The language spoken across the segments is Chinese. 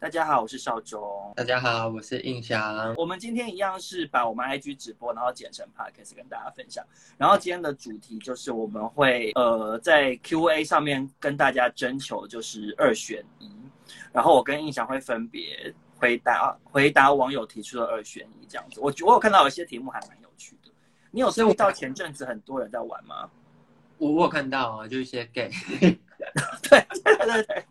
大家好，我是邵忠。大家好，我是印翔。我们今天一样是把我们 IG 直播，然后剪成 podcast 跟大家分享。然后今天的主题就是我们会呃在 Q&A 上面跟大家征求就是二选一，然后我跟印翔会分别回答回答网友提出的二选一这样子。我觉我有看到有些题目还蛮有趣的，你有注意到前阵子很多人在玩吗？我我有看到啊，就一些 gay， 对对对对。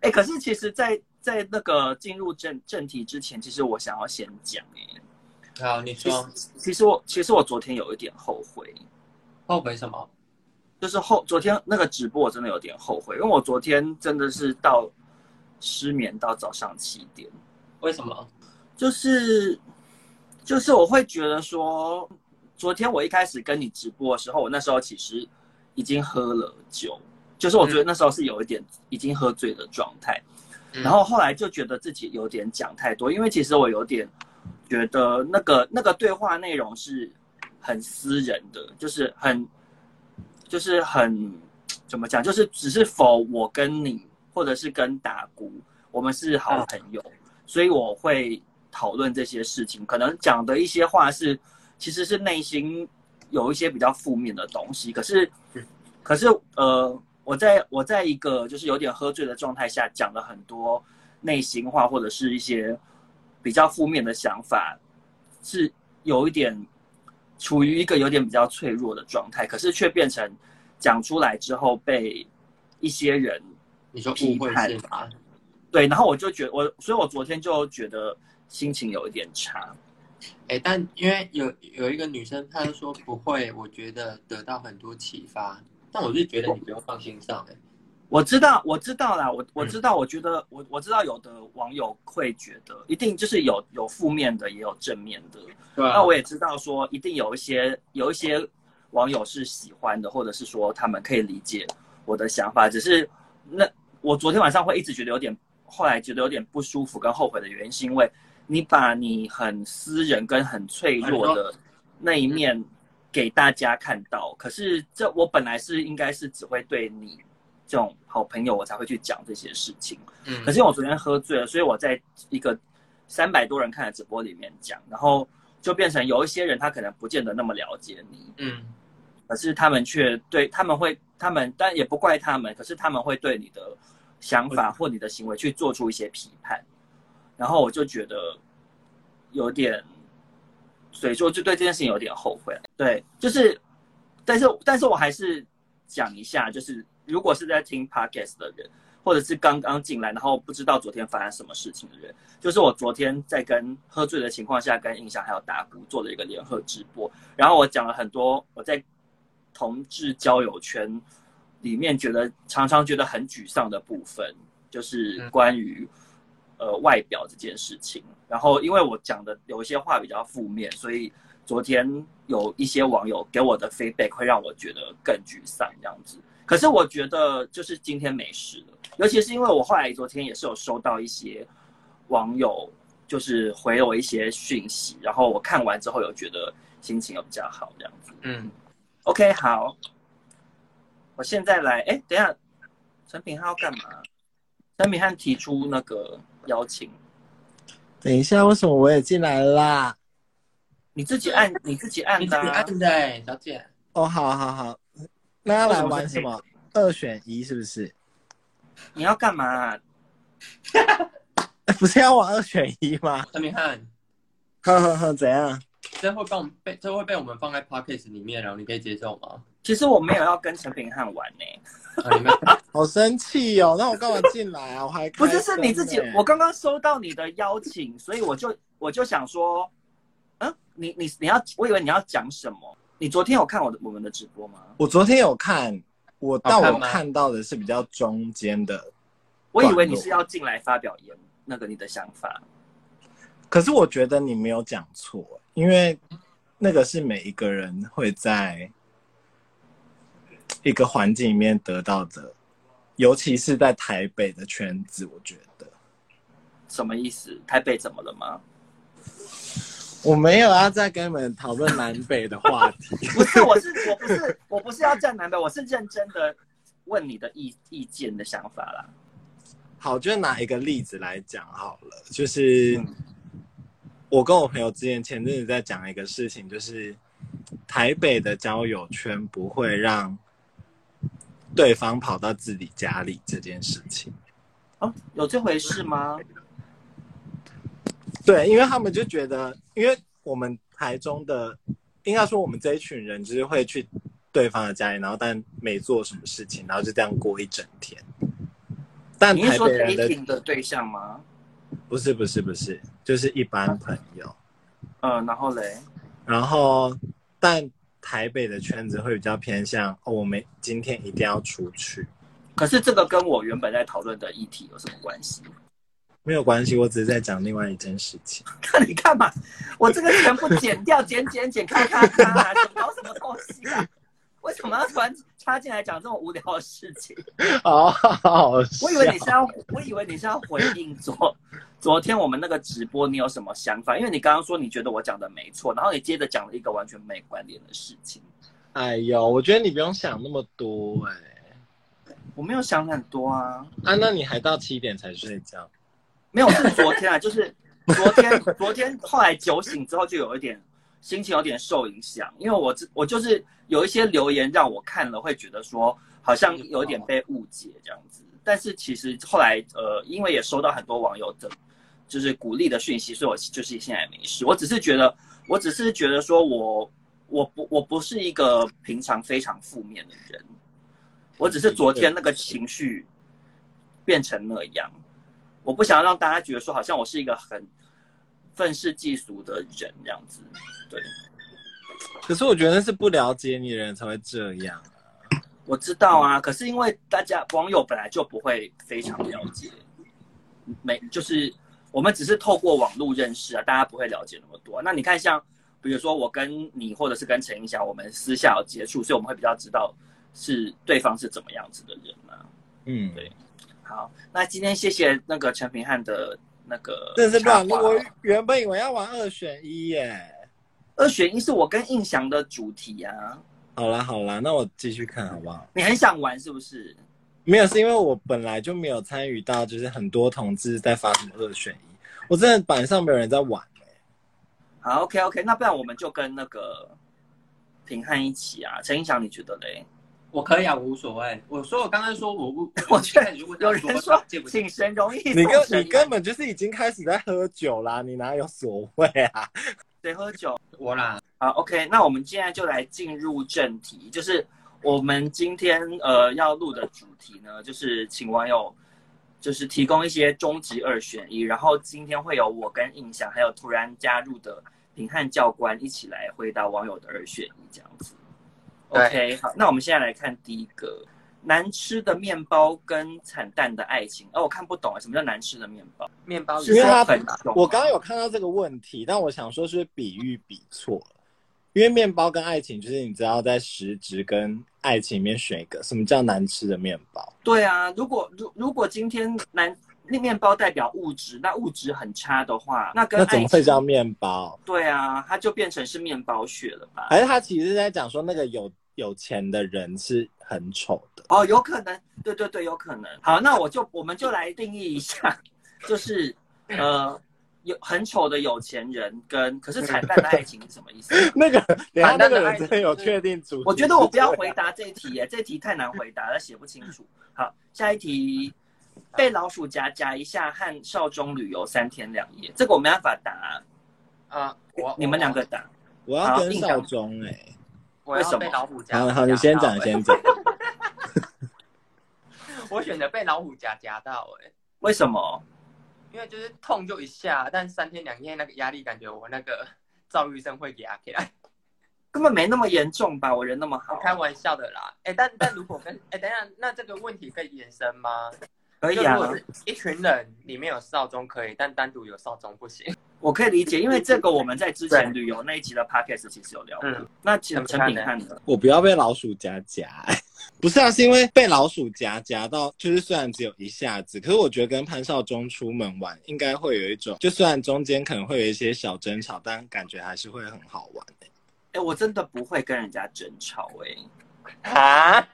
哎、可是其实在，在那个进入正正题之前，其实我想要先讲哎、好，你其说实其实我其实我昨天有一点后悔，后悔什么？就是后昨天那个直播我真的有点后悔，因为我昨天真的是到失眠到早上七点，为什么？就是就是我会觉得说，昨天我一开始跟你直播的时候，我那时候其实已经喝了酒，就是我觉得那时候是有一点已经喝醉的状态，嗯然后后来就觉得自己有点讲太多，因为其实我有点觉得那个那个对话内容是很私人的，就是很就是很怎么讲，就是只是否我跟你或者是跟打鼓，我们是好朋友，所以我会讨论这些事情，可能讲的一些话是其实是内心有一些比较负面的东西，可是嗯可是呃，我在我在一个就是有点喝醉的状态下讲了很多内心话或者是一些比较负面的想法，是有一点处于一个有点比较脆弱的状态，可是却变成讲出来之后被一些人你说误会批是判吧？对，然后我就觉得我，所以我昨天就觉得心情有一点差。哎、但因为有有一个女生，她就说不会，我觉得得到很多启发，但我就觉得你不用放心上、哎，我知道，我知道啦，我我知道，我觉得我我知道有的网友会觉得，一定就是有有负面的，也有正面的。对啊那我也知道说，一定有一些有一些网友是喜欢的，或者是说他们可以理解我的想法。只是那我昨天晚上会一直觉得有点，后来觉得有点不舒服跟后悔的原因，是因为你把你很私人跟很脆弱的那嗯一面给大家看到。可是这我本来是应该是只会对你这种好朋友我才会去讲这些事情。嗯，可是因为我昨天喝醉了，所以我在一个三百多人看的直播里面讲，然后就变成有一些人他可能不见得那么了解你，嗯，可是他们却对他们会他们，但也不怪他们，可是他们会对你的想法或你的行为去做出一些批判，然后我就觉得有点，所以说就对这件事情有点后悔。对，就是，但是但是我还是讲一下，就是如果是在听 podcast 的人，或者是刚刚进来，然后不知道昨天发生什么事情的人，就是我昨天在跟喝醉的情况下，跟印象还有达姑做了一个联合直播，然后我讲了很多我在同志交友圈里面觉得常常觉得很沮丧的部分，就是嗯关于、呃外表这件事情。然后因为我讲的有一些话比较负面，所以昨天有一些网友给我的 feedback 会让我觉得更沮丧这样子。可是我觉得就是今天没事了，尤其是因为我后来昨天也是有收到一些网友就是回我一些讯息，然后我看完之后有觉得心情有比较好这样子。嗯， OK，好，我现在来，哎，等一下，陈品汉要干嘛？陈品汉提出那个邀请，等一下，为什么我也进来了啦？你自己按，你自己按你自的己啊、按的、哎，小姐，哦，好好好，那要来玩什么？二选一是不是？ 你要干嘛啊、哎不是要玩二选一吗？陈明翰，呵呵呵，怎样？这会被我们被这会被我们放在 podcast 里面，然后你可以接受吗？其实我没有要跟陈品汉玩呢、啊，你们 好生气哦！那我干嘛进来啊？我还 开不灯欸是，是你自己呢。我刚刚收到你的邀请，所以我就我就想说，嗯，你你你要，我以为你要讲什么？你昨天有看我的我们的直播吗？我昨天有看，我哦好但看我吗看到的是比较中间的，我以为你是要进来发表言那个你的想法。可是我觉得你没有讲错，因为那个是每一个人会在一个环境里面得到的，尤其是在台北的圈子，我觉得。什么意思？台北怎么了 吗？我没有要再跟你们讨论南北的话 题。不是，我是我不是我不是要站南北，我是认真的问你的意意见的想法啦。好，就拿一个例子来讲好了，就是嗯我跟我朋友之前前阵子在讲一个事情，就是台北的交友圈不会让对方跑到自己家里这件事情。啊，有这回事吗？对，因为他们就觉得，因为我们台中的，应该说我们这一群人就是会去对方的家里，然后但没做什么事情，然后就这样过一整天。但你是台说北人的 dating 的对象吗？不是不是不是，就是一般朋友。嗯，然后嘞，然后，但台北的圈子会比较偏向哦，我们今天一定要出去，可是这个跟我原本在讨论的议题有什么关系？没有关系，我只是在讲另外一件事情。看你干嘛？我这个全部剪掉，剪剪剪，咔咔咔，你搞什么东西啊？为什么要突然插进来讲这种无聊的事情？ 哦，好笑我以为你是要，我以为你是要回应昨昨天我们那个直播，你有什么想法？因为你刚刚说你觉得我讲的没错，然后你接着讲了一个完全没关联的事情。哎呦，我觉得你不用想那么多哎、我没有想很多啊，啊，那你还到七点才睡觉？没有是昨天啊，就是昨天，昨天后来酒醒之后就有一点心情有点受影响，因为我只我就是有一些留言让我看了会觉得说好像有点被误解这样子，但是其实后来呃，因为也收到很多网友的就是鼓励的讯息，所以我就是现在也没事，我只是觉得我只是觉得说我我不我不是一个平常非常负面的人，我只是昨天那个情绪变成那样，我不想要让大家觉得说好像我是一个很愤世嫉俗的人这样子。对，可是我觉得是不了解你的人才会这样。我知道啊，可是因为大家网友本来就不会非常了解，没就是我们只是透过网络认识啊，大家不会了解那么多啊、那你看像。比如说我跟你，或者是跟陈映霞，我们私下有接触，所以我们会比较知道是对方是怎么样子的人嘛、嗯，对好，那今天谢谢那个陈平汉的那个真的是乱入。插话哦我原本以为要玩二选一哎耶。二选一是我跟印翔的主题啊，好啦好啦，那我继续看好不好？你很想玩是不是？没有，是因为我本来就没有参与到，就是很多同志在发什么二选一，我真的板上没有人在玩、欸、好，OK OK，那不然我们就跟那个平汉一起啊。陈映翔，你觉得嘞？我可以啊，我无所谓。我说我刚刚说我不，我觉得一开始就问他有人说借不借请神容易送你根神你根本就是已经开始在喝酒啦，你哪有所谓啊？谁喝酒？我啦，好，OK，那我们现在就来进入正题，就是我们今天呃要录的主题呢，就是请网友就是提供一些终极二选一，然后今天会有我跟印象还有突然加入的平汉教官一起来回答网友的二选一这样子。对 OK，好，那我们现在来看第一个，难吃的面包跟惨淡的爱情。哦，我看不懂啊，什么叫难吃的面包？面包因为他粉重我刚刚有看到这个问题，但我想说是不是比喻比错了，因为面包跟爱情就是你只要在实质跟爱情里面选一个，什么叫难吃的面包？对啊，如果如如果今天男那面包代表物质，那物质很差的话，那跟那怎爱么会叫情面包？对啊，它就变成是面包屑了吧？还是他其实是在讲说那个有有钱的人是很丑 的？哦，有可能，对对对，有可能。好，那我就我们就来定义一下， 就是呃，有很丑的有钱人跟可是惨淡的爱情是什么意 思？那个，等一下反正那个的人爱真的有确定主题？我觉得我不要回答这一题耶，这一题太难回答了，写不清楚。好，下一题，被老鼠夹夹一下和少中旅游三天两夜，这个我没办法答，啊，我你们两个，答。我要跟少中哎、我要为什么被老虎夹好夹到。好，你先讲，欸先讲。我选择被老虎夹夹到，哎，为什么？因为就是痛就一下，但三天两夜那个压力，感觉我那个 躁郁症会压起来。根本没那么严重吧？我人那么好我，开玩笑的啦，哎、但但如果跟哎、等一下，那这个问题可以延伸吗？可以就如啊，果是一群人里面有少中可以，但单独有少中不行。我可以理解，因为这个我们在之前旅游那一集的 podcast 其实有聊过。嗯那陈怎陈么看品呢汉的，我不要被老鼠夹夹、 欸，不是啊，是因为被老鼠夹夹到，就是虽然只有一下子，可是我觉得跟潘少忠出门玩应该会有一种，就虽然中间可能会有一些小争吵，但感觉还是会很好玩、欸。哎、我真 的不会跟人家争吵哎、啊？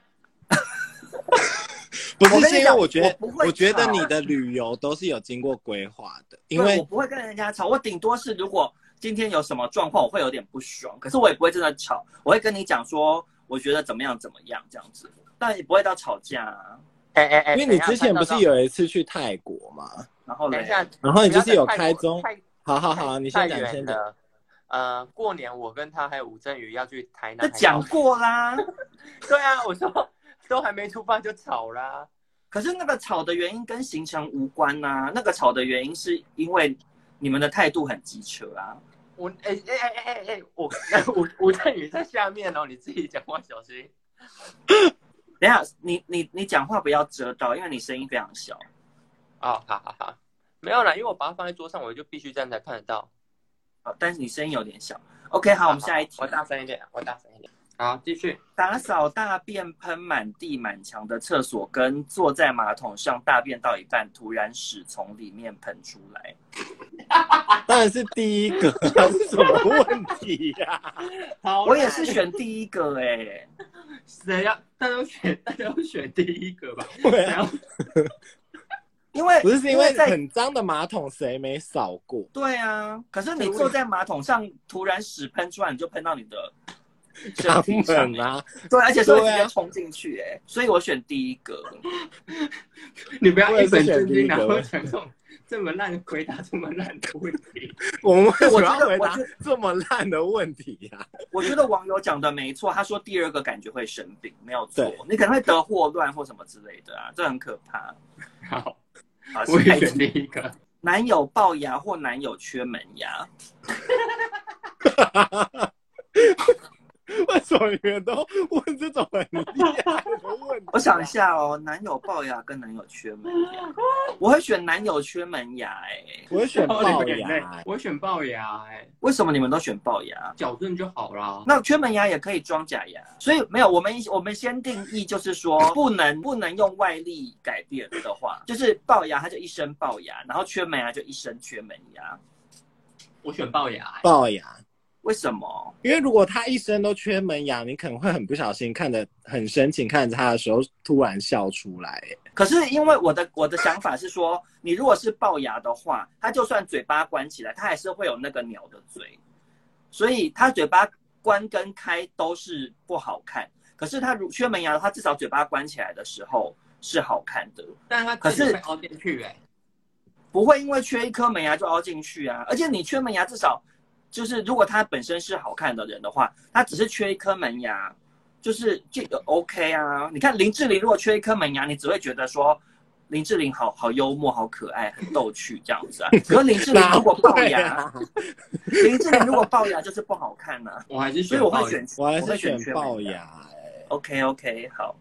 不是我跟是你因为讲我觉得我不会我觉得吵你的旅游都是有经过规划的，因对为我不会跟人家吵，我顶多是如果今天有什么状况，我会有点不爽，可是我也不会真的吵，我会跟你讲说我觉得怎么样怎么样这样子，但也不会到吵架啊。欸哎哎哎，因为你等一下之前不等是一下有一次去泰国嘛，然后等嘞一，下，然后你就是有不要再开宗，太好好好，你太先讲先远讲，了。呃，过年我跟他还有吴镇宇要去台那南。讲过啦，对啊，我说都还没出发就吵啦。可是那个吵的原因跟行程无关呐、那个吵的原因是因为你们的态度很机车啊。我哎哎哎哎哎，我吴吴镇宇在下面哦，你自己讲话小心。等一下，你你你讲话不要遮到，因为你声音非常小。哦，好好好，没有啦，因为我把它放在桌上，我就必须这样才看得到。哦，但是你声音有点小。OK，好，我们下一题我。大声一点，我大声一点。好，继续。打扫大便喷满地满墙的厕所，跟坐在马桶上大便到一半，突然屎从里面喷出来。当然是第一个， 是什么问题呀、好我也是选第一个哎、谁要？大家都选，大家都选第一个吧。对然啊，后因为不是是因为在很脏的马桶谁没扫过？对啊，可是你坐在马桶上，突然屎喷出来，你就喷到你的身他体上、欸们啊，对，而且是会直对接啊冲进去哎、所以我选第一个。你不要我也一是本选正第经，一个然后讲这种这么烂的回答这么烂的问题。我们为什么我觉得要回我答觉这么烂的问题啊呀、我觉得网友讲的没错，他说第二个感觉会生病，没有错对，你可能会得霍乱或什么之类的啊，这很可怕。好，好，我下也一选题第一 个。男友龅牙或男友缺门牙，为什么你们都问这种很厉害的问题、 我想一，下哦，男友龅牙跟男友缺门牙，我会选男友缺门牙哎、我选龅流眼泪牙，我选龅牙、哎，为什么你们都选龅牙？矫正就好啦。那缺门牙也可以装假牙，所以没有我们我们先定义就是说不能不能用外力改变的话，就是龅牙它就一身龅牙，然后缺门牙就一身缺门牙，我选龅牙、哎龅牙。为什么？因为如果他一生都缺门牙，你可能会很不小心看得很深情看着他的时候，突然笑出来。可是因为我的我的想法是说，你如果是龅牙的话，它就算嘴巴关起来，它还是会有那个鸟的嘴，所以它嘴巴关跟开都是不好看。可是它如缺门牙的话，至少嘴巴关起来的时候是好看的，但他可是自己会凹进去、哎，不会因为缺一颗门牙就凹进去啊。而且你缺门牙，至少就是如果他本身是好看的人的话，他只是缺一颗门牙，就是就 OK 啊。你看林志玲如果缺一颗门牙，你只会觉得说林志玲好好幽默、好可爱、很逗趣这样子 啊。可是林志玲哪如果龅会 牙，啊？林志玲如果龅牙就是不好看呐、我还是所选以我龅会牙。选，我还是会选选龅缺门。牙、欸。 OK OK，好。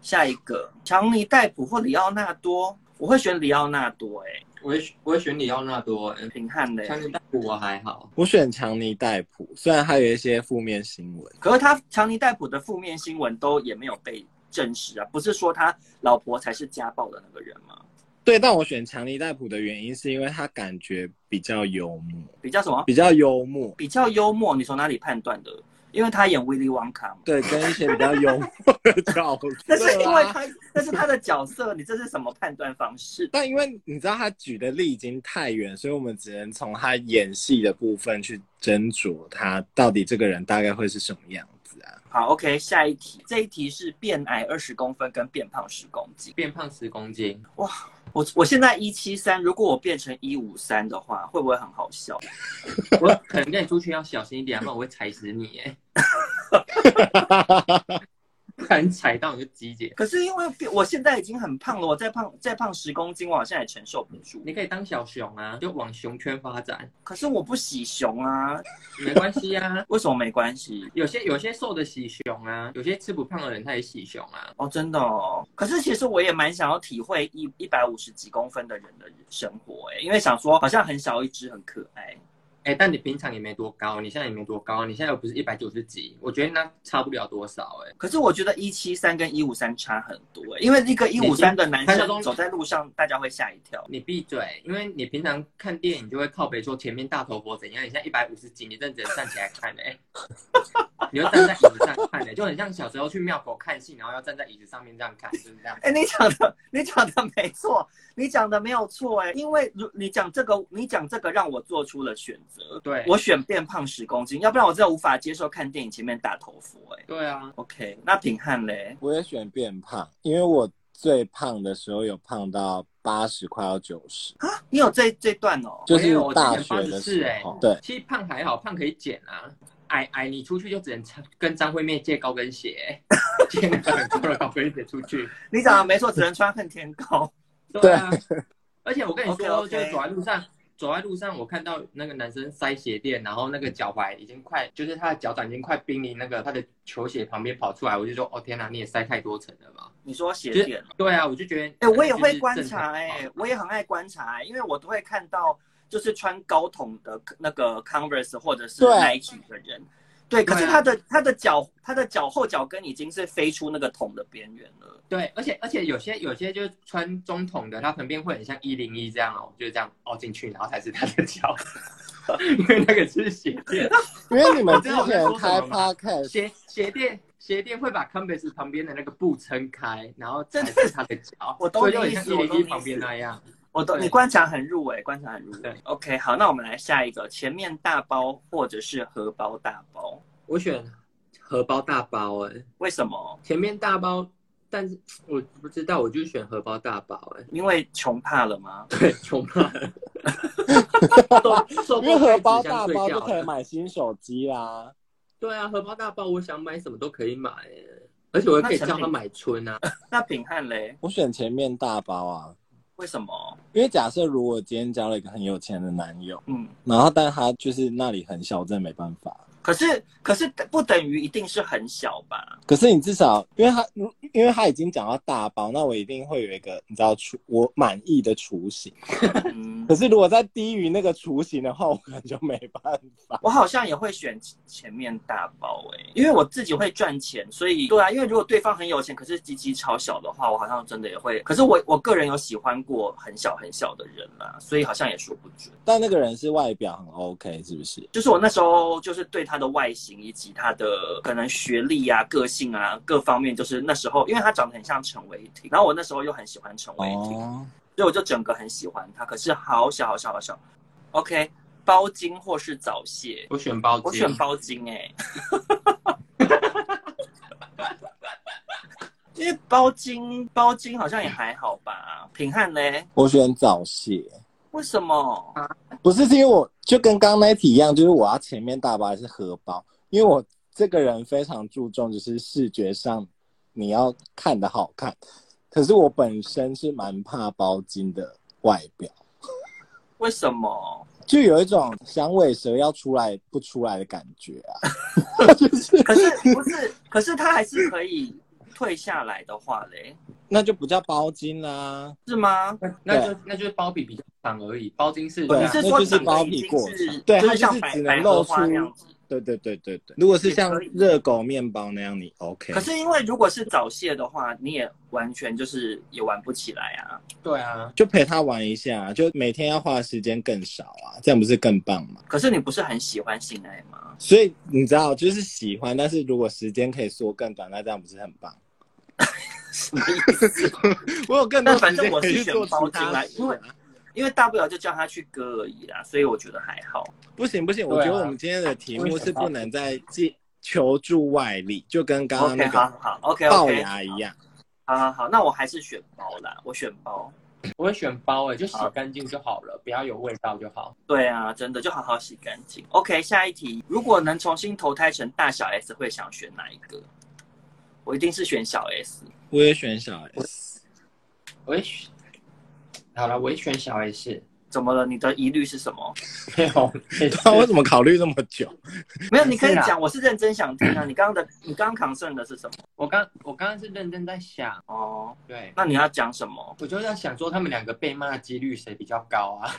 下一个，强尼戴普或里奥纳多，我会选里奥纳多、欸，我会选我会选里奥纳多、哎哎，平汉嘞、相信大夫我还好。我选强尼戴普，虽然他有一些负面新闻。可是他强尼戴普的负面新闻都也没有被证实啊，不是说他老婆才是家暴的那个人吗？对，但我选强尼戴普的原因是因为他感觉比较幽默，比较什么？比较幽默，比较幽默，你从哪里判断的？因为他演威利旺卡嘛。对，啊跟一些比较幽默的 角色、啊。但是因为他，但是他的角色，你这是什么判断方式？ 但因为你知道他举的例已经太远，所以我们只能从他演戏的部分去斟酌他到底这个人大概会是什么样子啊？好，OK，下一题，这一题是变矮二十公分跟变胖十公斤。变胖十公斤，我我现在一七三，如果我变成一五三的话，会不会很好笑？我可能跟你出去要小心一点，不然我会踩死 你哎！不然踩到你就集结。可是因为变我现在已经很胖了，我再胖再胖十公斤，我好像也承受不住。你可以当小熊啊，就往熊圈发展，可是我不喜熊啊，。没关系啊为什么没关系？有些有些瘦的喜熊啊，有些吃不胖的人他也喜熊啊。哦，真的哦。可是其实我也蛮想要体会一一百五十几公分的人的生活、欸，因为想说好像很小一只，很可爱。哎、但你平常也没多高，你现在也没多高，你现在又不是一百九十几，我觉得那差不了多少哎、可是我觉得一七三跟一五三差很多、欸因为那个一五三的男潘少生忠走在路上，大家会吓一跳。 你闭嘴，因为你平常看电影就会靠北说前面大头佛怎样，你现在一百五十几，你真的只能站起来看哎、你就站在椅子上看哎、就很像小时候去庙口看戏，然后要站在椅子上面这样看，就是这样。哎、你讲的，你讲的没错，你讲的没有错哎、因为如你讲这个，你讲这个让我做出了选择，对，我选变胖十公斤，要不然我真的无法接受看电影前面大头佛哎、对啊， OK，那品汉嘞？我也选变胖，因为我最胖的时候有胖到八十，快要九十，你有这这段哦？啊我就也是有我之大前学的84时哎候。对，其实胖还好，胖可以减啊。矮矮，你出去就只能穿跟张惠妹借高跟鞋，欸 借那个很高的高跟鞋出去。你讲的没错，只能穿恨天高。对啊，而且我跟你说， OK，OK 就是走在路上，走在路上，我看到那个男生塞鞋垫，然后那个脚踝已经快，就是他的脚掌已经快濒临那个他的球鞋旁边跑出来，我就说，哦天哪、你也塞太多层了吧？ 你说鞋就是垫哦？对啊，我就觉得，哎、我也会观察就是正常啊哎、我也很爱观察、欸，因为我都会看到就是穿高筒的那个 Converse 或者是对 Nike 的人，对，可是对啊他的、他的脚他的脚后脚跟已经是飞出那个桶的边缘了。对，而且而且有些有些就是穿中筒的，它旁边会很像一零一这样哦，就是这样凹进去，然后才是他的脚，因为那个是鞋垫，因为你们之你知道前 我在说开什么吗 podcast，鞋鞋垫鞋垫会把 Converse 旁边的那个布撑开，然后才真是他的 脚，我懂所以就你很意像思一我懂零你一意思旁边那样。我懂，对你观察很入围、观察很入围对。 OK，好，那我们来下一个，前面大包或者是荷包大包，我选荷包大包哎、为什么？前面大包，但是我不知道，我就选荷包大包哎、因为穷怕了吗？ 对，穷啊 怕了，哦因为荷包大包就可以买新手机啦。对啊，荷包大包，我想买什么都可以买耶，而且我也可以叫他买春啊。那品汉嘞？我选前面大包啊，为什么？因为假设如果今天交了一个很有钱的男友，嗯，然后但他就是那里很小，我真的没办法。可是可是不等于一定是很小吧？可是你至少，因为他因为他已经讲到大包，那我一定会有一个你知道雏我满意的雏形。嗯可，是如果再低于那个雏形的话，我可能就没办法。我好像也会选前面大包哎、因为我自己会赚钱，所以对啊，因为如果对方很有钱，可是鸡鸡超小的话，我好像真的也会。可是我我个人有喜欢过很小很小的人啦，所以好像也说不准。但那个人是外表很 OK，是不是？就是我那时候就是对他的外形以及他的可能学历啊、个性啊各方面，就是那时候因为他长得很像陈伟霆，然后我那时候又很喜欢陈伟霆，哦，所以我就整个很喜欢他。可是好小好小好小。OK，包茎或是早泄，我选包我选包茎哎、 因为包茎包茎好像也还好吧。平汉呢？我选早泄，为什么？不是是因为我就跟刚刚那一题一样，就是我要啊前面大包还是荷包？因为我这个人非常注重就是视觉上你要看的好看，可是我本身是蛮怕包茎的外表。为什么？就有一种响尾蛇要出来不出来的感觉啊，就是可是不是？可是他还是可以退下来的话嘞，那就不叫包茎啦，是吗？那就那就是包皮比较长而已，包筋是对你啊是那说就是长得包已皮经过是长对就它是像就是百只能百合露花出那样子。对对对对对。如果是像也可以热狗面包那样，你 OK？可是因为如果是早泄的话，你也完全就是也玩不起来啊。对啊，就陪他玩一下，啊就每天要花的时间更少啊，这样不是更棒吗？可是你不是很喜欢性爱吗？ 所以你知道，就是喜欢，但是如果时间可以缩更短，那这样不是很棒？我有更多但反时正间我可以是去选做包茎其他啦事因为啊因为大不了就叫他去割而已啦，所以我觉得还好。不行不行，对啊我觉得我们今天的题目是不能再进求助外力，就跟刚刚 OK，那好个好好，OK 龅 OK，牙一样。好好好，那我还是选包啦，我选包。我会选包欸诶、就洗干净就好了，不要有味道就好。对啊，真的就好好洗干净。OK，下一题，如果能重新投胎成大小 S，会想选哪一个？我一定是选小 S。 我也选小 S，我会选，好了，我会选小 S。怎么了？你的疑虑是什么？没有，没不知道 为什么考虑这么久。没有，你可以是啊讲，我是认真想听啊。你刚刚的，你刚刚 concern 的是什么？我刚我刚刚是认真在想，哦，对那你要讲什么？我就在想说他们两个被骂的几率谁比较高啊？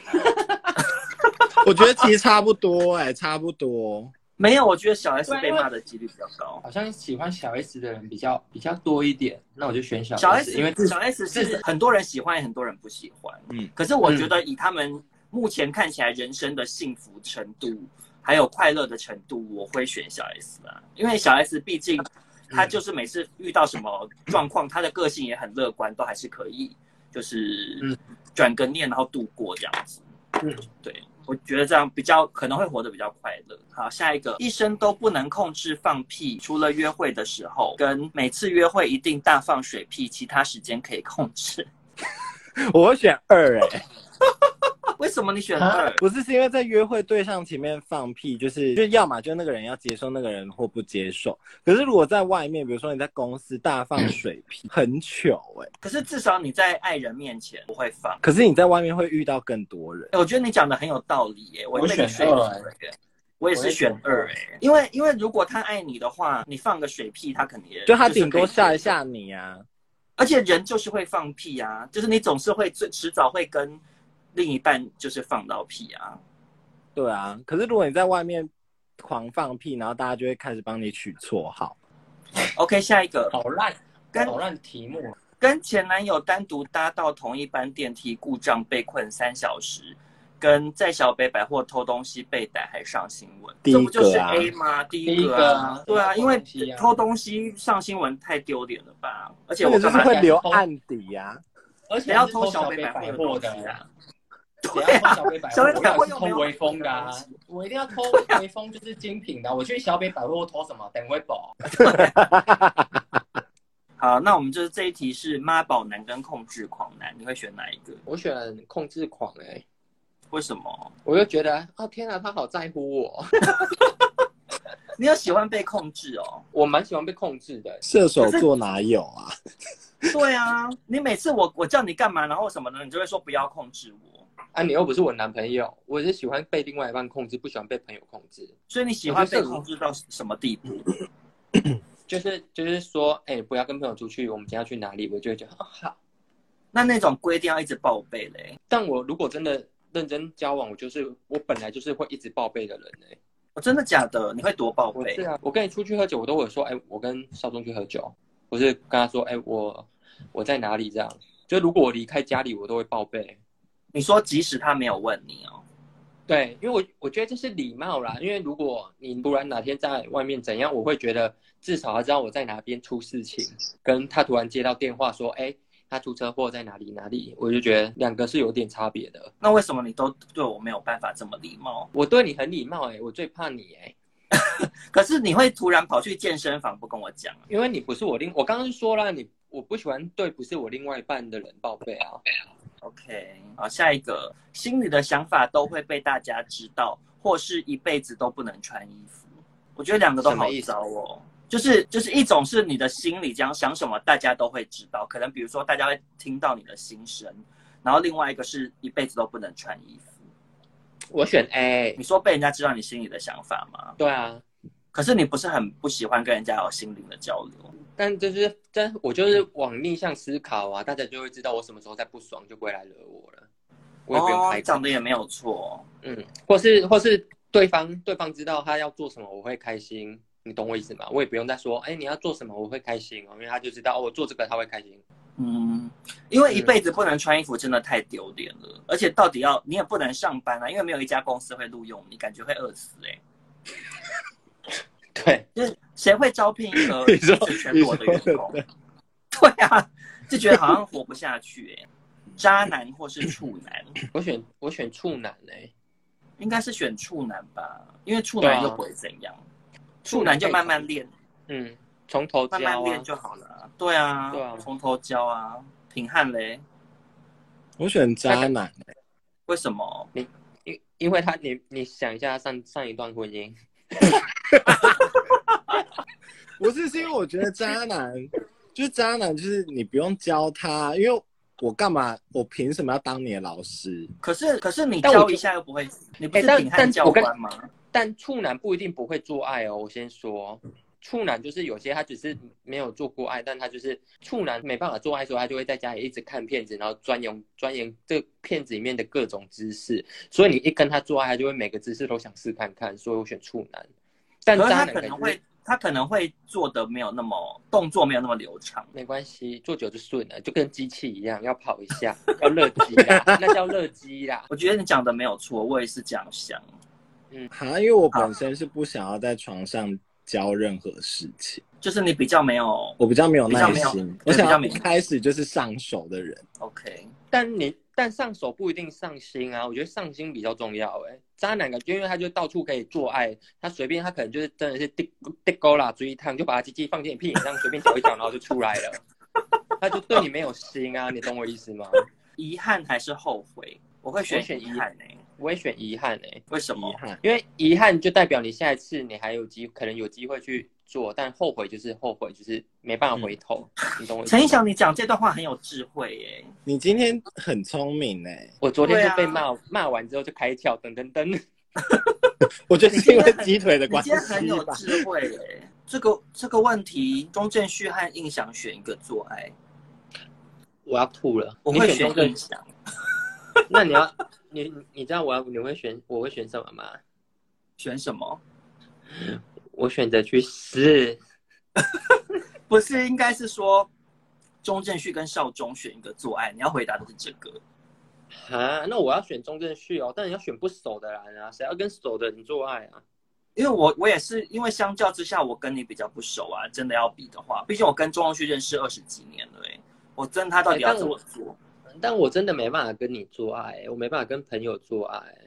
我觉得其实差不多哎、差不多。没有，我觉得小 S 对因为被骂的几率比较高。 好像喜欢小 S 的人比较比较多一点，那我就选小 S，, 小 S 因为自小 S 是很多人喜欢，也很多人不喜欢。嗯嗯，可是我觉得以他们目前看起来人生的幸福程度，还有快乐的程度，我会选小 S 啊，因为小 S 毕竟她就是每次遇到什么状况，她的个性也很乐观，都还是可以就是嗯转个念然后度过这样子。嗯，对。我觉得这样比较可能会活得比较快乐。好，下一个，一生都不能控制放屁，除了约会的时候，跟每次约会一定大放水屁，其他时间可以控制。 我会选二哎、为什么你选二？ 不是是因为在约会对象前面放屁，就是就要么就那个人要接受那个人或不接受。可是如果在外面，比如说你在公司大放嗯水屁，很糗哎、可是至少你在爱人面前不会放。可是你在外面会遇到更多人。哎我觉得你讲的很有道理耶、我我那个选水二平耶我也是选二哎、因为因为如果他爱你的话，你放个水屁，他肯定也就他顶多就是可吓以一下你啊，而且人就是会放屁啊，就是你总是会最迟早会跟另一半就是放到屁啊。对啊。可是如果你在外面狂放屁，然后大家就会开始帮你取绰号。 OK，下一个，好烂，跟好烂题目啊，跟前男友单独搭到同一班电梯故障被困三小时，跟在小北百货偷东西被逮还上新闻，第一个这不就是啊 A 吗？第一第一个个啊啊，对啊，偷东西啊因为偷东西上新闻太丢脸了吧？而且这我个就干是嘛？会留案底啊呀、而谁且要是偷小小北百货货的的东西啊？谁对要啊偷，小北百小货？北我百货要又是没有偷微风的啊东西，我一定要偷微风，就是精品的啊。我去小北百货偷什么？等微宝。好，那我们就是这一题是妈宝男跟控制狂男，你会选哪一个？我选控制狂哎、为什么？我就觉得哦天啊，他好在乎我， 你有喜欢被控制哦？我蛮喜欢被控制的。射手座哪有啊？对啊，你每次我我叫你干嘛，然后什么的，你就会说不要控制我，啊，你又不是我男朋友，我是喜欢被另外一半控制，不喜欢被朋友控制。所以你喜欢被控制到什么地步？就是就是说，哎、不要跟朋友出去，我们今天要去哪里，我就会觉得、哦、好。那那种规定要一直报备嘞，但我如果真的认真交往，我就是我本来就是会一直报备的人哎、哦、真的假的？你会多报我备是？啊，我跟你出去喝酒，我都会说，哎、我跟少宗去喝酒，我是跟他说，哎、我我在哪里这样。就如果我离开家里，我都会报备。你说即使他没有问你哦，对，因为我我觉得这是礼貌啦。因为如果你突然哪天在外面怎样，我会觉得至少他知道我在哪边出事情，跟他突然接到电话说，哎、他出车祸在哪里哪里，我就觉得两个是有点差别的。那为什么你都对我没有办法这么礼貌？我对你很礼貌哎、我最怕你哎、可是你会突然跑去健身房不跟我讲，啊因为你不是我另，我刚刚说了你。我不喜欢对不是我另外一半的人报备啊， OK，好，下一个，心里的想法都会被大家知道，或是一辈子都不能穿衣服。我觉得两个都好糟哦。就是就是一种是你的心里这样想什么，大家都会知道，可能比如说大家会听到你的心声，然后另外一个是一辈子都不能穿衣服。我选 A 你。说被人家知道你心里的想法吗？对啊，可是你不是很不喜欢跟人家有心灵的交流？但就是但我就是往逆向思考啊，大家就会知道我什么时候在不爽，就不会来惹我了，我也不用哦排，斥。讲的也没有错。嗯，或是或是对方对方知道他要做什么，我会开心，你懂我意思吗？我也不用再说，哎、你要做什么，我会开心哦，因为他就知道哦，我做这个他会开心。嗯，因为一辈子不能穿衣服真的太丢脸了，而且到底要你也不能上班啊，因为没有一家公司会录用你，感觉会饿死哎、对，就是谁会招聘一 个你说是全裸的员工？对啊，就觉得好像活不下去 哎、渣男或是处男，我选我选处男哎、应该是选处男吧，因为处对男啊又不会怎样，处男就慢慢练，嗯，从头教慢慢练啊，就好了啊、对啊，对啊从头教啊，平汉嘞，我选渣男、为什么？因因为他你你想一下上上一段婚姻， 不是，是因为我觉得渣男，就是渣男，就是你不用教他，因为我干嘛，我凭什么要当你的老师？可是可是你但我教觉一得下又不会死，你不是哎但平汉但教我跟官吗？但处男不一定不会做爱哦，我先说。处男就是有些他只是没有做过爱，但他就是处男没办法做爱的时候，他就会在家里一直看片子，然后钻研钻研这片子里面的各种知识。所以你一跟他做爱，他就会每个姿势都想试看看，所以我选处男。但可是渣他男可能能会会他可能会做的没有那么动作没有那么流畅，没关系，做久就顺了，就跟机器一样，要跑一下，要热机 啦，那叫热机啦。我觉得你讲的没有错，我也是这样想。好，因为我本身是不想要在床上教任何事情，就是你比较没有我比较没有比耐较没有心对，我想比较要没一有开始就是上手的人。 OK，但你但上手不一定上心啊，我觉得上心比较重要哎、渣男感觉，因为他就到处可以做爱，他随便他可能就是真的是滴滴勾啦，追一趟就把他鸡鸡放进你屁眼上，随便搅一搅，然后就出来了。他就对你没有心啊，你懂我意思吗？遗憾还是后悔？我会选我选遗憾呢、欸我也选遗憾哎、为什么遗？憾，因为遗憾就代表你下一次你还有机，可能有机会去做，但后悔就是后悔，就是没办法回头，你懂我意思吗？陈意翔，你讲这段话很有智慧欸耶、你今天很聪明哎，我昨天对就啊被骂、骂完之后就开窍，噔噔噔。我觉得是因为鸡腿的你关系今天很有吧。智慧耶、这个这个问题，钟正旭和印翔选一个做爱，我要吐了，我你会选选中正印翔。 那你要你你知道我要你会选我会选什么吗？选什么？我选择去死。不是应该是说钟正旭跟少中选一个做爱？你要回答的是这个。啊，那我要选中正旭哦，但你要选不熟的人啊，谁要跟熟的人做爱啊？因为我我也是因为相较之下，我跟你比较不熟啊，真的要比的话，毕竟我跟钟荣旭认识二十几年了、欸，我真的他到底要怎么做？但我真的没办法跟你做爱，欸我没办法跟朋友做爱。欸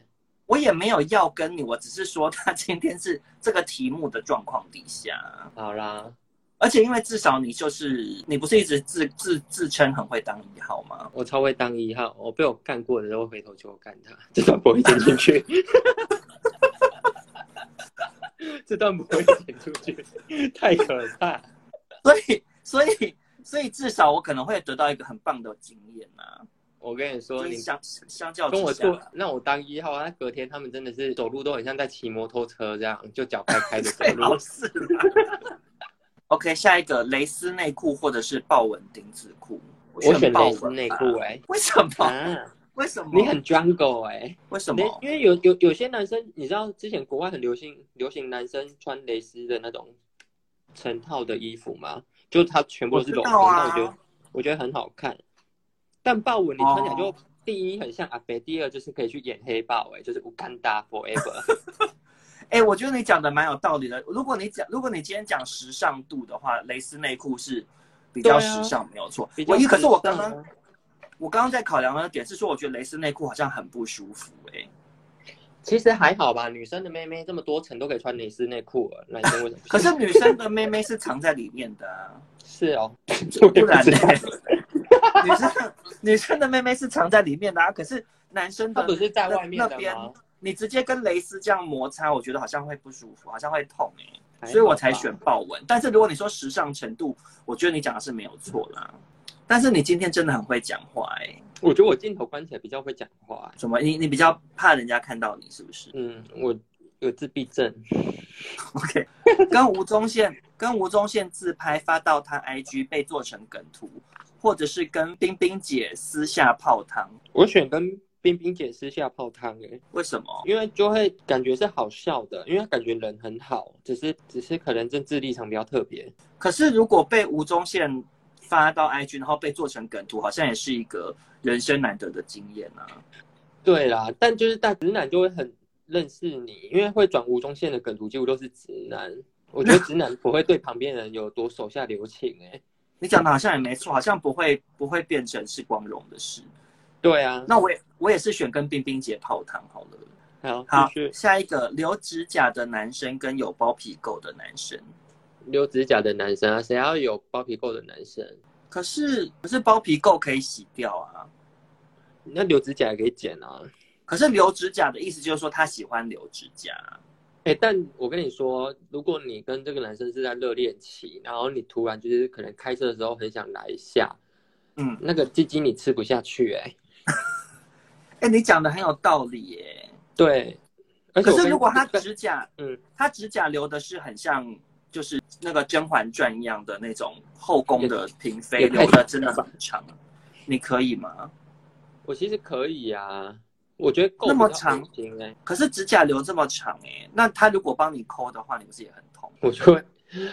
我也没有要跟你，我只是说他今天是这个题目的状况底下，好啦，而且因为至少你就是你不是一直自自自称很会当一号吗？我超会当一号，我被我干过的都会回头求我干他，这段不会剪进去。 这段不会剪出去，太可怕。所以所以所以至少我可能会得到一个很棒的经验啊，我跟你说，所以你相相较跟我之做下，，那我当一号，啊，隔天他们真的是走路都很像在骑摩托车这样，就脚开开的走最路 好。是啦。OK，下一个蕾丝内裤或者是豹纹丁字裤，我选豹蕾丝纹内吧裤哎、为啊什么？啊，为什么？你很 jungle 哎、为什你么？因为有有有些男生，你知道之前国外很流行流行男生穿蕾丝的那种成套的衣服吗？就他全部都是我镂知空，道啊那我觉得我觉得很好看。但豹纹你穿起来哦就第一很像阿北，第二就是可以去演黑豹哎、就是乌干达 forever。哎、我觉得你讲的蛮有道理的。如果你讲，如果你今天讲时尚度的话，蕾丝内裤是比较对啊时尚，没有错比。较我一可是我刚时尚刚啊，我刚刚在考量的点是说，我觉得蕾丝内裤好像很不舒服、 哎，？其实还好吧，女生的妹妹这么多层都可以穿蕾丝内裤了，男生为什么可是女生的妹妹是藏在里面的、 啊，是哦，不然呢？ 女生 女生的妹妹是藏在里面的、啊，可是男生她的不是在外面那那的边吗？，你直接跟蕾丝这样摩擦，我觉得好像会不舒服，好像会痛、哎。还好吧所以我才选。豹纹。但是如果你说时尚程度，我觉得你讲的是没有错啦。但是你今天真的很会讲话哎、我觉得我镜头关起来比较会讲话、怎么你你比较怕人家看到你是不是嗯，我有自闭症， ？OK，跟吴宗宪跟吴宗宪自拍发到他 IG 被做成梗图，或者是跟冰冰姐私下泡汤，我选跟冰冰姐私下泡汤诶、为什么？因为就会感觉是好笑的，因为感觉人很好，只是只是可能政治立场比较特别。可是如果被吴宗宪发到 IG，然后被做成梗图，好像也是一个人生难得的经验啊。对啦，但就是大直男就会很认识你，因为会转吴宗宪的梗图几乎都是直男。我觉得直男不会对旁边人有多手下留情欸诶、你讲的好像也没错，好像不会不会变成是光荣的事。对啊，那我也我也是选跟冰冰姐泡汤好了。好，好继续，下一个留指甲的男生跟有包皮垢的男生，留指甲的男生啊，谁要有包皮垢的男生？可是可是包皮垢可以洗掉啊。那留指甲也可以剪啊。可是留指甲的意思就是说他喜欢留指甲，哎、但我跟你说，如果你跟这个男生是在热恋期，然后你突然就是可能开车的时候很想来一下，嗯，那个鸡鸡你吃不下去、欸，哎，哎、你讲的很有道理耶、对。而且可我是跟如果他跟指甲，嗯嗯，他指甲留的是很像，就是那个《甄嬛传》一样的那种后宫的嫔妃，也太留的真的很长。你可以吗？我其实可以啊，我觉得够那么比较长恶心哎，可是指甲留这么长哎、那他如果帮你抠的话，你不是也很痛？我就会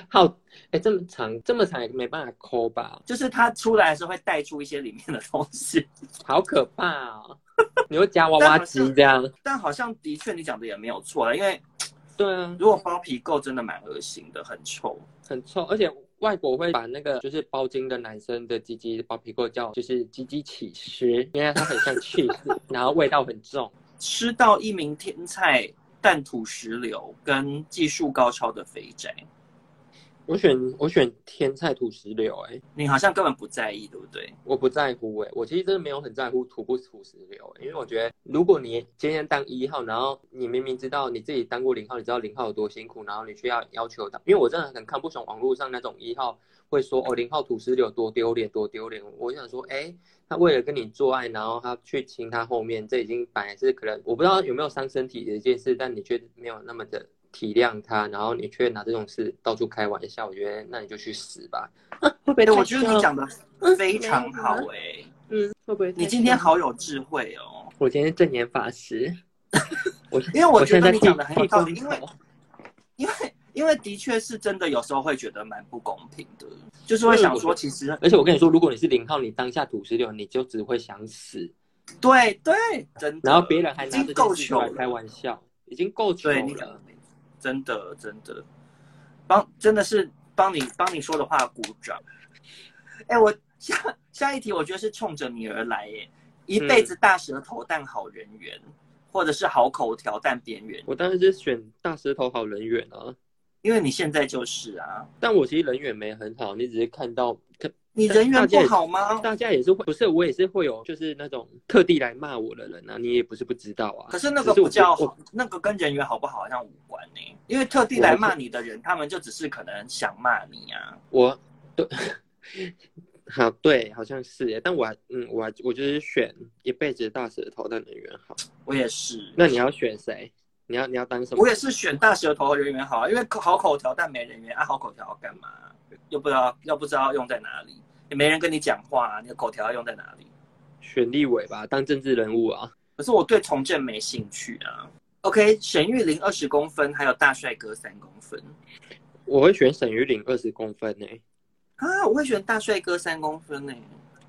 好哎，这么长这么长也没办法抠吧，就是他出来的时候会带出一些里面的东西， 好可怕哦！你会夹娃娃机这样？但好像的确你讲的也没有错了，因为对啊，如果包皮垢真的蛮恶心的，很臭。很臭，而且外国会把那个就是包茎的男生的鸡鸡包皮垢叫就是鸡鸡起湿，因为它很像 cheese，然后味道很重。吃到一名天菜蛋吐石榴跟技术高超的肥宅，我选我选天菜土石榴，哎，你好像根本不在意，对不对？我不在乎哎、我其实真的没有很在乎土不土石流、欸因为我觉得如果你今天当一号，然后你明明知道你自己当过零号，你知道零号有多辛苦，然后你需要要求他，因为我真的很看不爽网络上那种一号会说哦零号土石流多丢脸多丢脸，我想说哎、他为了跟你做爱，然后他去亲他后面，这已经本来是可能我不知道有没有伤身体的一件事，但你却没有那么的体谅他，然后你却拿这种事到处开玩笑，我觉得那你就去死吧。会不会对，太我觉得你凶讲的非常好哎、嗯，会不会太你今天凶好有智慧哦。我今天是正言 法师，我因为我觉现得在你剃讲得很有剃道光理因为头因为因为的确是真的，有时候会觉得蛮不公平的，就是会想说，其实而且我跟你说，如果你是零号，你当下土石流，你就只会想死，对，对对，真的，然后别人还已拿经这够件事糗出来开了，玩笑，已经够糗对你讲了得。没错真的真的，帮真的是帮你帮你说的话鼓掌。哎，我下下一题，我觉得是冲着你而来耶，一辈子大舌头但好人缘，嗯或者是好口条但边缘，我当然是选大石头好人缘啊，因为你现在就是啊，但我其实人缘没很好，你只是看到看你人缘不好吗？大家也是会，不是我也是会有，就是那种特地来骂我的人啊，你也不是不知道啊。可是那只个是我不叫我那个跟人缘好不好好像无关呢、因为特地来骂你的人，他们就只是可能想骂你啊。我对， 好对，好像是耶。但我还嗯，我还我就是选一辈子大舌头的人缘好。我也是，那你要选谁？你要你要当什么？我也是选大舌头和人缘好啊，因为口好口条但没人缘，啊好口条要干嘛？又不知道又不知道用在哪里，也没人跟你讲话、啊，你的口条要用在哪里？选立委吧，当政治人物啊。可是我对从政没兴趣啊。OK，沈玉琳二十公分，还有大帅哥三公分我会选沈玉玲二十公分呢、啊，我会选大帅哥三公分呢、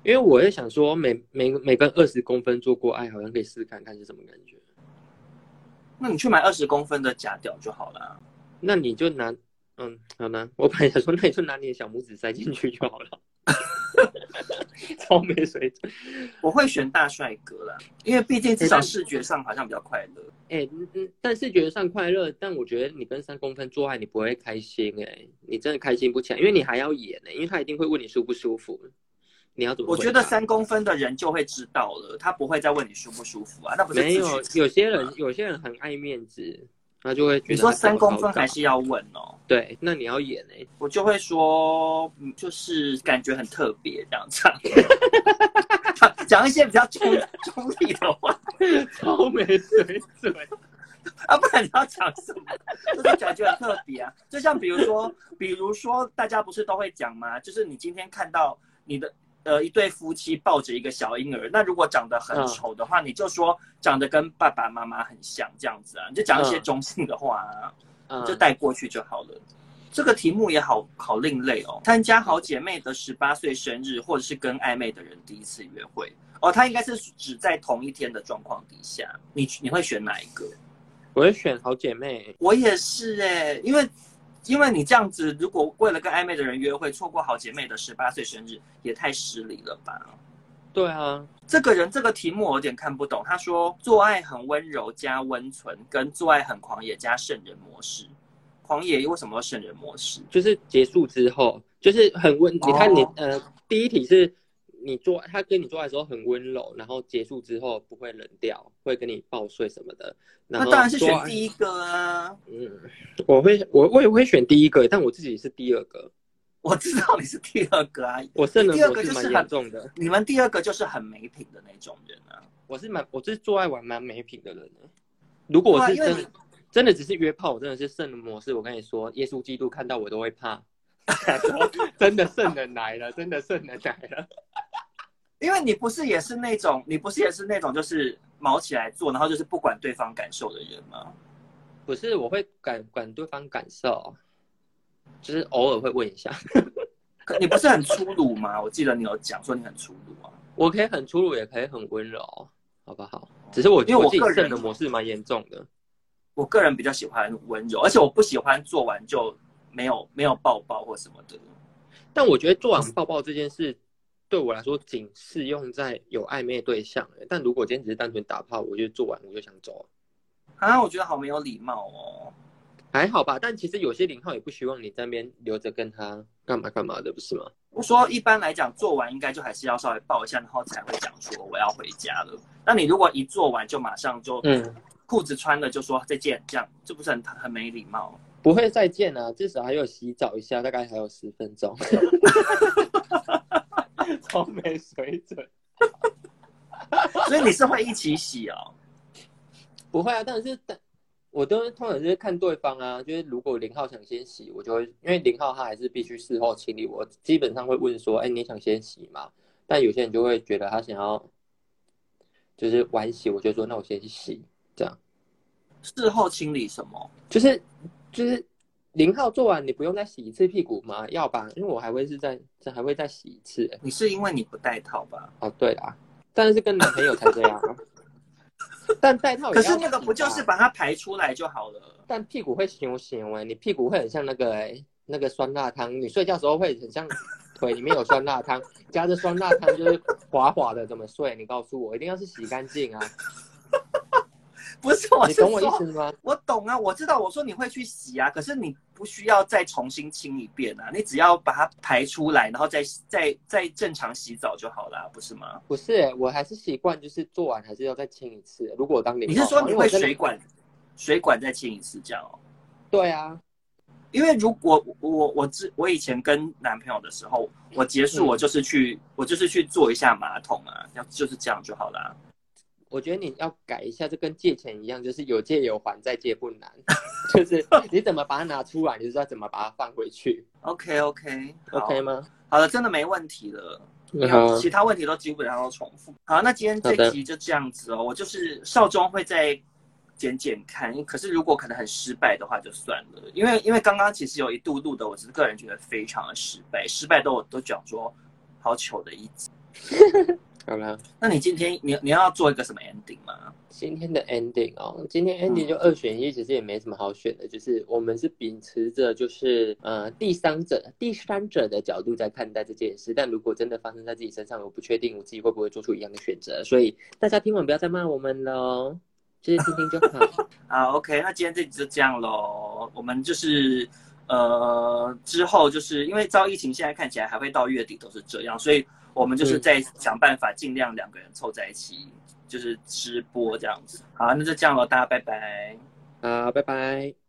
因为我也想说每每每跟二十公分做过爱，好像可以试看看是什么感觉。那你去买二十公分的假屌就好了啊。那你就拿嗯，好呢，我本来想说，那你就拿你的小拇指塞进去就好了。 超没水准。我会选大帅哥啦，因为毕竟至少视觉上好像比较快乐。哎、嗯嗯，但是觉得上快乐，但我觉得你跟三公分做爱，你不会开心哎、你真的开心不起来，因为你还要演呢、因为他一定会问你舒不舒服，你要怎么我回答？觉得三公分的人就会知道了，他不会再问你舒不舒服啊，那不是没自有取，其辱有些吗人有些人很爱面子，他就会觉得你说他三怎么公分好搞还是要问哦，对，那你要演哎、我就会说，嗯就是感觉很特别这样子，啊 讲一些比较中中立的话 超没水准。啊，不然你要讲什么？就是感觉很特别啊，就像比如说，比如说大家不是都会讲吗？就是你今天看到你的。呃，一对夫妻抱着一个小婴儿，那如果长得很嗯丑的话，你就说长得跟爸爸妈妈很像这样子啊，你就讲一些嗯中性的话啊。嗯，就带过去就好了。这个题目也好好另类哦，参加好姐妹的十八岁生日，或者是跟暧昧的人第一次约会哦，它应该是只在同一天的状况底下，你你会选哪一个？我会选好姐妹，我也是哎、因为因为你这样子，如果为了跟暧昧的人约会，错过好姐妹的十八岁生日，也太失礼了吧？对啊，这个人这个题目我有点看不懂。他说做爱很温柔加温存，跟做爱很狂野加圣人模式。狂野为什么要圣人模式？就是结束之后，就是很温。你看你、哦呃，第一题是你做他跟你做爱的时候很温柔，然后结束之后不会冷掉，会跟你抱睡什么的。然那后当然是做选爱第一个啊！嗯，我会我我也会选第一个，但我自己是第二个，我知道你是第二个啊，我圣人第二模个式就是蛮很严重的，你们第二个就是很没品的那种人啊。我是蛮我是做爱玩蛮没品的人。如果我对啊是因为真你的真的只是约炮，我真的是圣人模式。我跟你说，耶稣基督看到我都会怕。 真的圣人来了，真的圣人来了。因为你不是也是那种，你不是也是那种，就是毛起来做，然后就是不管对方感受的人吗？不是，我会管管对方感受，就是偶尔会问一下。 可你不是很粗鲁吗？我记得你有讲说你很粗鲁啊。我可以很粗鲁，也可以很温柔，好不好？只是我因为我自己个人圣人模式蛮严重的。我个人比较喜欢温柔，而且我不喜欢做完就没有没有抱抱或什么的。但我觉得做完抱抱这件事，对我来说仅适用在有暧昧对象。但如果今天只是单纯打炮，我就做完我就想走了，啊，我觉得好没有礼貌哦。还好吧。但其实有些零号也不希望你在那边留着跟他干嘛干嘛的，不是吗？我说一般来讲，做完应该就还是要稍微抱一下，然后才会讲说我要回家了。那你如果一做完就马上就嗯，裤子穿了就说再见，这样这不是很很没礼貌？不会再见啊，至少还有洗澡一下，大概还有十分钟。超没水准。所以你是会一起洗哦？不会啊，但是但我都通常就是看对方啊，就是如果零号想先洗，我就会，因为零号他还是必须事后清理，我基本上会问说，哎，你想先洗吗？但有些人就会觉得他想要就是晚洗，我就说那我先去洗，事后清理什么？就是就是零号做完你不用再洗一次屁股吗？要吧，因为我还会是在这还会再洗一次、哎你是因为你不戴套吧？哦对啦，但是跟男朋友才这样啊， 但戴套也可是要那个洗不就吧是把它排出来就好了？但屁股会形形哎，你屁股会很像那个哎、那个酸辣汤，你睡觉时候会很像腿里面有酸辣汤， 夹着酸辣汤就是滑滑的，怎么睡？你告诉我，一定要是洗干净 啊！不是，我你是懂我意说思吗？我懂啊，我知道，我说你会去洗啊，可是你不需要再重新清一遍啊，你只要把它排出来，然后再再再正常洗澡就好啦，不是吗？不是、欸，我还是习惯就是做完还是要再清一次、如果我当零你号，是说你因为会我真的水？管水管再清一次这样哦？对啊，因为如果我我我之我以前跟男朋友的时候，我结束嗯我就是去、我就是去做一下马桶啊，要就是这样就好啦。我觉得你要改一下，这跟借钱一样，就是有借有还，再借不难。 就是你怎么把它拿出来，你就知道怎么把它放回去 OK OK 好，OK 吗？好了，真的没问题了。没好有，其他问题都基本上都重复。好，那今天好的这集就这样子哦。我就是少中会再剪剪看，可是如果可能很失败的话就算了，因为因为刚刚其实有一度录的，我是个人觉得非常的失败，失败都我都讲说好糗的一集。好了。那你今天你你要做一个什么 ending 吗？今天的 ending 哦，今天 ending 嗯就二选一，其实也没什么好选的，就是我们是秉持着就是呃第三者第三者的角度在看待这件事，但如果真的发生在自己身上，我不确定我自己会不会做出一样的选择，所以大家听完不要再骂我们哦喽，就是听听就好。啊，OK，那今天这集就这样喽。我们就是呃之后就是因为照疫情现在看起来还会到月底都是这样，所以我们就是嗯在想办法尽量两个人凑在一起，就是直播这样子。好，那就这样喽，大家拜拜。好，拜拜。